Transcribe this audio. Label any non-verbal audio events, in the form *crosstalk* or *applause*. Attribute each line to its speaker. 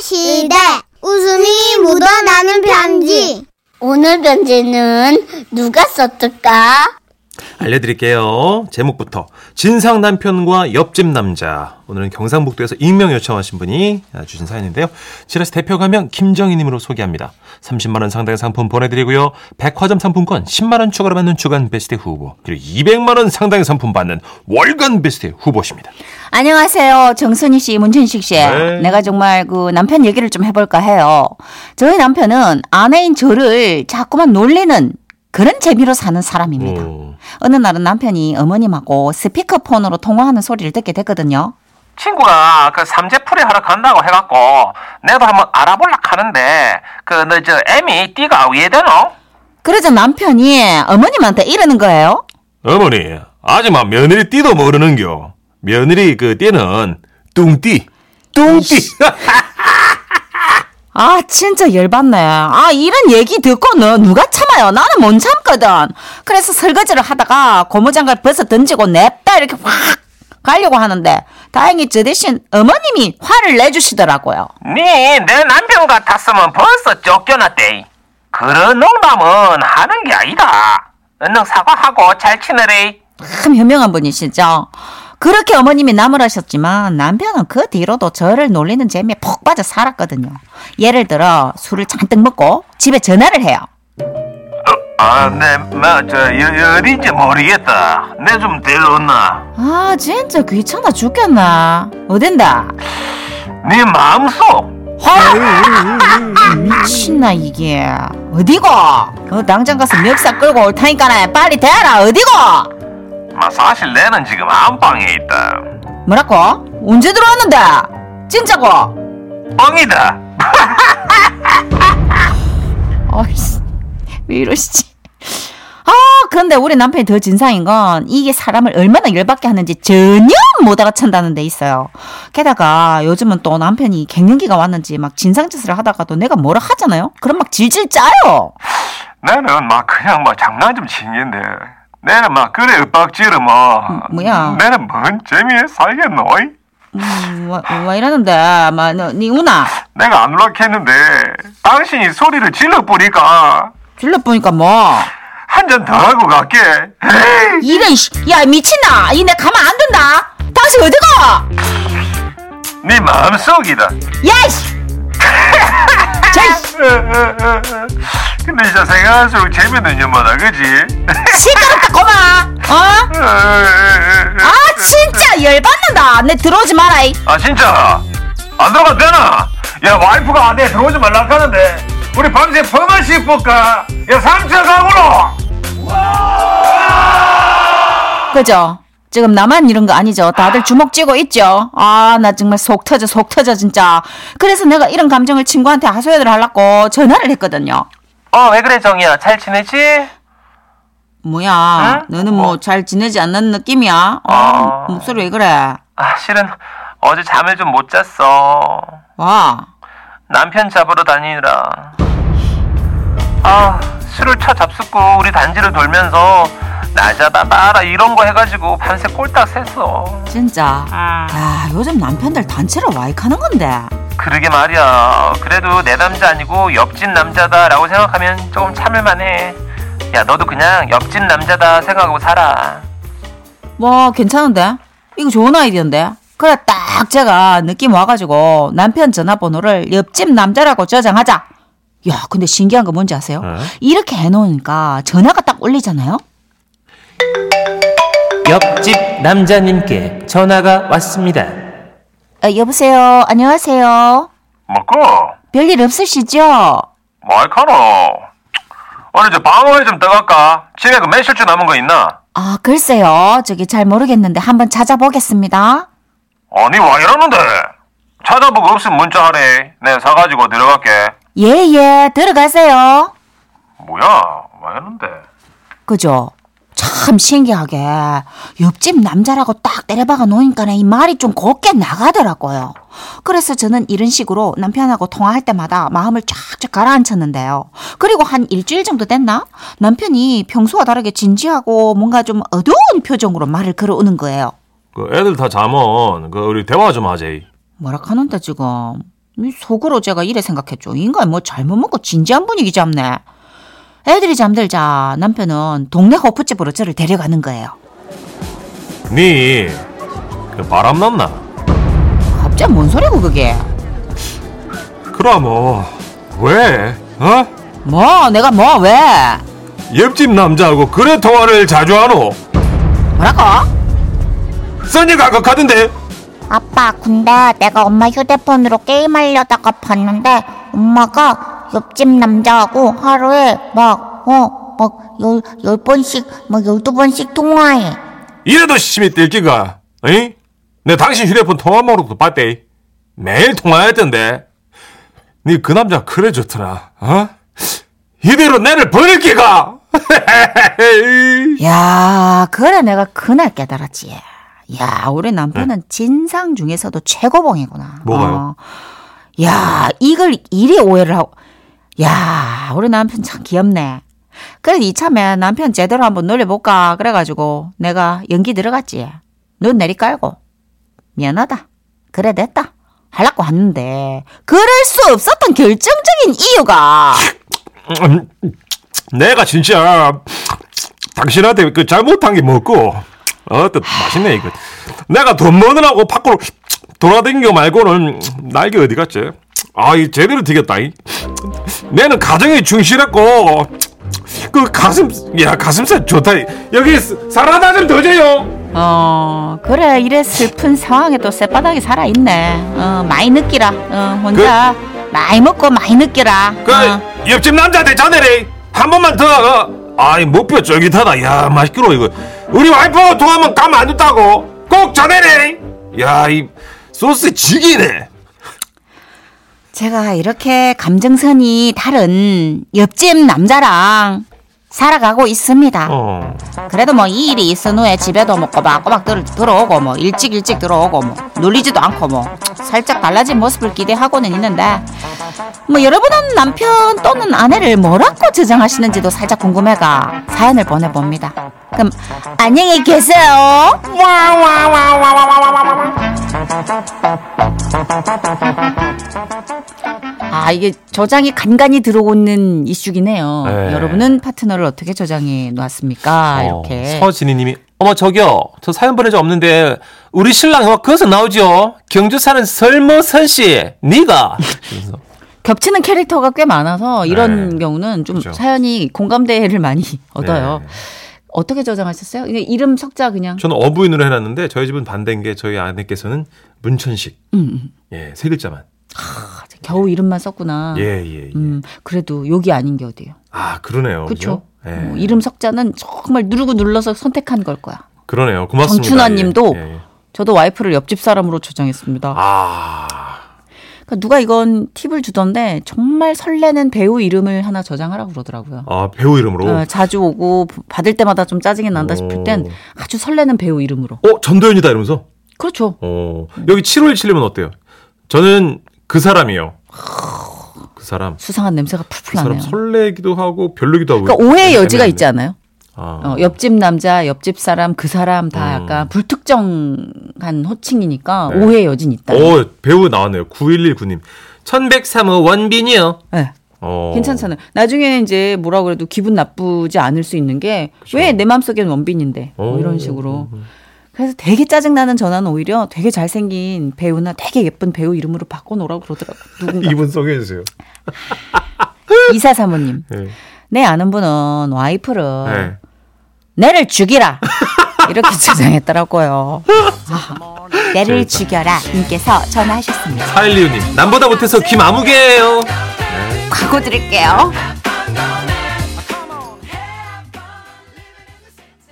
Speaker 1: 시대 웃음이 묻어나는 편지
Speaker 2: 오늘 편지는 누가 썼을까?
Speaker 3: 알려드릴게요. 제목부터 진상 남편과 옆집 남자. 오늘은 경상북도에서 익명 요청하신 분이 주신 사연인데요. 지라스 대표 가면 김정희님으로 소개합니다. 30만 원 상당의 상품 보내드리고요. 백화점 상품권 10만 원 추가로 받는 주간 베스트 후보 그리고 200만 원 상당의 상품 받는 월간 베스트 후보십니다.
Speaker 4: 안녕하세요. 정선희 씨, 문천식 씨.
Speaker 3: 네.
Speaker 4: 내가 정말 그 남편 얘기를 좀 해볼까 해요. 저희 남편은 아내인 저를 자꾸만 놀리는 그런 재미로 사는 사람입니다.
Speaker 3: 오.
Speaker 4: 어느 날은 남편이 어머님하고 스피커폰으로 통화하는 소리를 듣게 됐거든요.
Speaker 5: 친구가 그 삼재풀이 하러 간다고 해갖고 내도 한번 알아볼라 하는데 그 너 저 애미 띠가 왜 되노?
Speaker 4: 그러자 남편이 어머님한테 이러는 거예요.
Speaker 3: 어머니, 아줌마 며느리 띠도 모르는겨. 며느리 그 띠는 뚱띠. 뚱띠.
Speaker 4: 아, 진짜 열받네. 아, 이런 얘기 듣고는 누가 참아요? 나는 못 참거든. 그래서 설거지를 하다가 고무장갑 벗어 던지고 냅다 이렇게 확 가려고 하는데, 다행히 저 대신 어머님이 화를 내주시더라고요.
Speaker 5: 니 내 남편 같았으면 벌써 쫓겨났대 그런 농담은 하는 게 아니다 얼른 사과하고 잘 지내래
Speaker 4: 참 현명한 분이시죠? 그렇게 어머님이 나무라셨지만 남편은 그 뒤로도 저를 놀리는 재미에 푹 빠져 살았거든요. 예를 들어 술을 잔뜩 먹고 집에 전화를 해요.
Speaker 5: 아, 아네뭐저 어딘지 모르겠다 내 좀 데려오나
Speaker 4: 아 진짜 귀찮아 죽겠나. 어딘다.
Speaker 5: 네 마음속
Speaker 4: 미친나 이게 어디고? 어, 당장 가서 멱살 끌고 올 테니까네 빨리 대라 어디고?
Speaker 5: 마, 사실 내는 지금 안방에 있다
Speaker 4: 뭐라고? 언제 들어왔는데? 진짜고?
Speaker 5: 뻥이다
Speaker 4: 어이씨 왜 이러시지? 아 근데 우리 남편이 더 진상인 건 이게 사람을 얼마나 열받게 하는지 전혀 못 알아챈다는 데 있어요. 게다가 요즘은 또 남편이 갱년기가 왔는지 막 진상짓을 하다가도 내가 뭐라 하잖아요? 그럼 막 질질 짜요.
Speaker 5: 나는 막 그냥 막 장난 좀 치는데 내는 막 그래 윽박지르 뭐
Speaker 4: 음, 뭐야?
Speaker 5: 내는 뭔 재미에 살겠노 이?
Speaker 4: 음, 와, 와 이러는데 뭐, 막니 우나
Speaker 5: 내가 안 울락했는데 당신이 소리를 질러 보니까
Speaker 4: 질러보니까 뭐
Speaker 5: 한 잔 더 하고 갈게 에이,
Speaker 4: 이런 씨, 야 미친아 이 내 가만 안 된다 당신 어디가
Speaker 5: 네 마음속이다
Speaker 4: 야이씨 *laughs*
Speaker 5: 으, 으, 으, 으. 근데 진짜 생각할수록 재미는 연마다 그지? *laughs*
Speaker 4: 시끄럽다 고마 어?
Speaker 5: 으, 으, 으, 으.
Speaker 4: 아 진짜 열받는다 내 들어오지 마라 이
Speaker 5: 아 진짜 안 들어가도 되나? 야 와이프가 안에 들어오지 말라 하는데 우리 밤새 펑을 씹을까? 야 삼촌 가고로
Speaker 4: 그죠 지금 나만 이런 거 아니죠 다들 주먹 쥐고 있죠 아 나 정말 속 터져 속 터져 진짜 그래서 내가 이런 감정을 친구한테 하소연을 하려고 전화를 했거든요
Speaker 5: 어 왜 그래 정이야 잘 지내지?
Speaker 4: 뭐야
Speaker 5: 응?
Speaker 4: 너는 뭐 잘 지내지 않는 느낌이야 어,
Speaker 5: 아.
Speaker 4: 목소리 왜 그래
Speaker 5: 아 실은 어제 잠을 좀 못 잤어
Speaker 4: 와
Speaker 5: 남편 잡으러 다니느라 아 술을 쳐 잡숫고 우리 단지를 돌면서 나자다 나라 이런 거 해가지고 밤새 꼴딱 샜어
Speaker 4: 진짜. 야, 요즘 남편들 단체로 와이카는 건데.
Speaker 5: 그러게 말이야 그래도 내 남자 아니고 옆집 남자다 라고 생각하면 조금 참을만해 야 너도 그냥 옆집 남자다 생각하고 살아
Speaker 4: 와, 괜찮은데? 이거 좋은 아이디어인데? 그래, 딱 제가 느낌 와가지고 남편 전화번호를 옆집 남자라고 저장하자. 야, 근데 신기한 거 뭔지 아세요?
Speaker 3: 어?
Speaker 4: 이렇게 해놓으니까 전화가 딱 울리잖아요?
Speaker 6: 옆집 남자님께 전화가 왔습니다.
Speaker 4: 아, 여보세요. 안녕하세요.
Speaker 5: 뭐고?
Speaker 4: 별일 없으시죠?
Speaker 5: 마이카노 오늘 저 방어회 좀 떠갈까? 집에 그 매실주 남은 거 있나?
Speaker 4: 아, 글쎄요. 저기 잘 모르겠는데 한번 찾아보겠습니다.
Speaker 5: 아니 와 이러는데 찾아보고 없으면 문자하래 내 사가지고 들어갈게
Speaker 4: 예, 예. 들어가세요.
Speaker 5: 뭐야 와 이러는데
Speaker 4: 그죠? 참 신기하게 옆집 남자라고 딱 때려박아 놓으니까는 이 말이 좀 곱게 나가더라고요. 그래서 저는 이런 식으로 남편하고 통화할 때마다 마음을 쫙쫙 가라앉혔는데요. 그리고 한 일주일 정도 됐나? 남편이 평소와 다르게 진지하고 뭔가 좀 어두운 표정으로 말을 걸어오는 거예요.
Speaker 3: 그 애들 다 잠언. 그 우리 대화 좀 하재.
Speaker 4: 뭐라 카는데 지금 이 속으로 제가 이래 생각했죠. 인간 뭐 잘못 먹고 진지한 분위기 잡네. 애들이 잠들자 남편은 동네 호프집으로 저를 데려가는 거예요.
Speaker 3: 니그 바람 났나?
Speaker 4: 갑자기 뭔 소리고 그게?
Speaker 3: 그럼 뭐 왜? 어?
Speaker 4: 뭐 내가 뭐 왜?
Speaker 3: 옆집 남자하고 그래 통화를 자주 하노?
Speaker 4: 뭐라고?
Speaker 3: 써니가 그 아까 가던데
Speaker 2: 아빠, 근데 내가 엄마 휴대폰으로 게임하려다가 봤는데 엄마가 옆집 남자하고 하루에 막, 어, 막 열, 열 번씩, 막 열두 번씩 통화해.
Speaker 3: 이래도 심이 뛸지가 에이? 내 당신 휴대폰 통화 목록도 봤대 매일 통화했던데 니 그 남자 그래 좋더라 어? 이대로 내를 버릴 기가 *laughs*
Speaker 4: 야, 그래 내가 그날 깨달았지. 야, 우리 남편은 진상 중에서도 최고봉이구나.
Speaker 3: 네. 뭐가요?
Speaker 4: 어. 야, 이걸 이리 오해를 하고. 야, 우리 남편 참 귀엽네. 그래도 이참에 남편 제대로 한번 놀려볼까 그래가지고 내가 연기 들어갔지. 눈 내리깔고 미안하다. 그래 됐다. 할라고 왔는데 그럴 수 없었던 결정적인 이유가
Speaker 3: 음, 내가 진짜 당신한테 그 잘못한 게 뭐고 어또 맛있네 이거 내가 돈 버느라고 밖으로 돌아다니고 말고는 날개 어디 갔지 아이 제대로 튀겼다 이. 내는 가정에 충실했고 그 가슴 야 가슴살 좋다 이. 여기 사라다 좀 더 줘요
Speaker 4: 어 그래 이래 슬픈 상황에 또 쌔바닥이 살아있네 어 많이 느끼라 어 혼자 많이 먹고 많이 느끼라
Speaker 3: 그
Speaker 4: 어.
Speaker 3: 옆집 남자한테 전해래 한 번만 더 어. 아이 목표 쫄깃하다 야 맛있기로 이거 우리 와이프하고 통하면 가만 안 둔다고 꼭 전해래 야 이 소스 지기네
Speaker 4: 제가 이렇게 감정선이 다른 옆집 남자랑 살아가고 있습니다
Speaker 3: 어
Speaker 4: 그래도 뭐 이 일이 있은 후에 집에도 뭐 꼬박꼬박 들, 들어오고 뭐 일찍 일찍 들어오고 뭐 놀리지도 않고 뭐 살짝 달라진 모습을 기대하고는 있는데 뭐 여러분은 남편 또는 아내를 뭐라고 저장하시는지도 살짝 궁금해가 사연을 보내봅니다. 그럼 안녕히 계세요. 아 이게 저장이 간간히 들어오는 이슈기네요.
Speaker 3: 네.
Speaker 4: 여러분은 파트너를 어떻게 저장해 놨습니까? 이렇게.
Speaker 3: 어, 서진희님이
Speaker 6: 어머 저기요 저 사연 보낸 적 없는데 우리 신랑 형아 거기서 나오죠 경주 사는 설모선 씨 니가
Speaker 4: 겹치는 캐릭터가 꽤 많아서 이런
Speaker 3: 네.
Speaker 4: 경우는 좀
Speaker 3: 그렇죠.
Speaker 4: 사연이 공감대를 많이 얻어요.
Speaker 3: 네.
Speaker 4: 어떻게 저장하셨어요? 이게 이름 석자
Speaker 3: *laughs*
Speaker 4: 그냥.
Speaker 3: 저는 어부인으로 해놨는데 저희 집은 반대인 게 저희 아내께서는 문천식
Speaker 4: 음,
Speaker 3: 예세 글자만
Speaker 4: 아, 겨우 이름만 썼구나.
Speaker 3: 예예 예,
Speaker 4: 음, 그래도 욕이 아닌 게 어디예요.
Speaker 3: 아 그러네요 그죠?
Speaker 4: 그렇죠.
Speaker 3: 예.
Speaker 4: 뭐 이름 석자는 정말 누르고 눌러서 선택한 걸 거야.
Speaker 3: 그러네요 고맙습니다
Speaker 4: 정춘하님도
Speaker 3: 예, 예.
Speaker 4: 저도 와이프를 옆집 사람으로 저장했습니다.
Speaker 3: 아
Speaker 4: 그러니까 누가 이건 팁을 주던데 정말 설레는 배우 이름을 하나 저장하라고 그러더라고요.
Speaker 3: 아, 배우 이름으로
Speaker 4: 어, 자주 오고 받을 때마다 좀 짜증이 난다 싶을 땐
Speaker 3: 오.
Speaker 4: 아주 설레는 배우 이름으로.
Speaker 3: 어 전도연이다 이러면서
Speaker 4: 그렇죠.
Speaker 3: 어, 여기 7월 7이면 어때요? 저는 그 사람이요. 그 사람.
Speaker 4: 수상한 냄새가
Speaker 3: 그
Speaker 4: 풀풀
Speaker 3: 사람
Speaker 4: 나네요.
Speaker 3: 설레기도 어, 하고 별로기도 하고.
Speaker 4: 그러니까 오해의 여지가
Speaker 3: 애매한데.
Speaker 4: 있지 않아요?
Speaker 3: 아.
Speaker 4: 어, 옆집 남자, 옆집 사람, 그 사람 다
Speaker 3: 음.
Speaker 4: 약간 불특정한 호칭이니까
Speaker 3: 네.
Speaker 4: 오해의 여지는 있다.
Speaker 3: 어, 배우 나왔네요. 9119님.
Speaker 6: 1103호 원빈이요
Speaker 4: 네,
Speaker 3: 어.
Speaker 4: 괜찮잖아요. 나중에 이제 뭐라 그래도 기분 나쁘지 않을 수 있는 게 왜 내 마음속엔 원빈인데 뭐
Speaker 3: 오.
Speaker 4: 이런
Speaker 3: 음,
Speaker 4: 식으로. 그래서 되게 짜증나는 전화는 오히려 되게 잘생긴 배우나 되게 예쁜 배우 이름으로 바꿔놓으라고 그러더라고. 누군가.
Speaker 3: 이분 소개해주세요.
Speaker 4: 이사 사모님.
Speaker 3: 네.
Speaker 4: 내 아는 분은 와이프를
Speaker 3: 네.
Speaker 4: 내를 죽이라 이렇게
Speaker 3: *laughs*
Speaker 4: *laughs* 주장했더라고요. 아, 내를 죽여라 님께서 전화하셨습니다.
Speaker 3: 하일리우님. 남보다 못해서 김아무개예요
Speaker 4: 광고 드릴게요.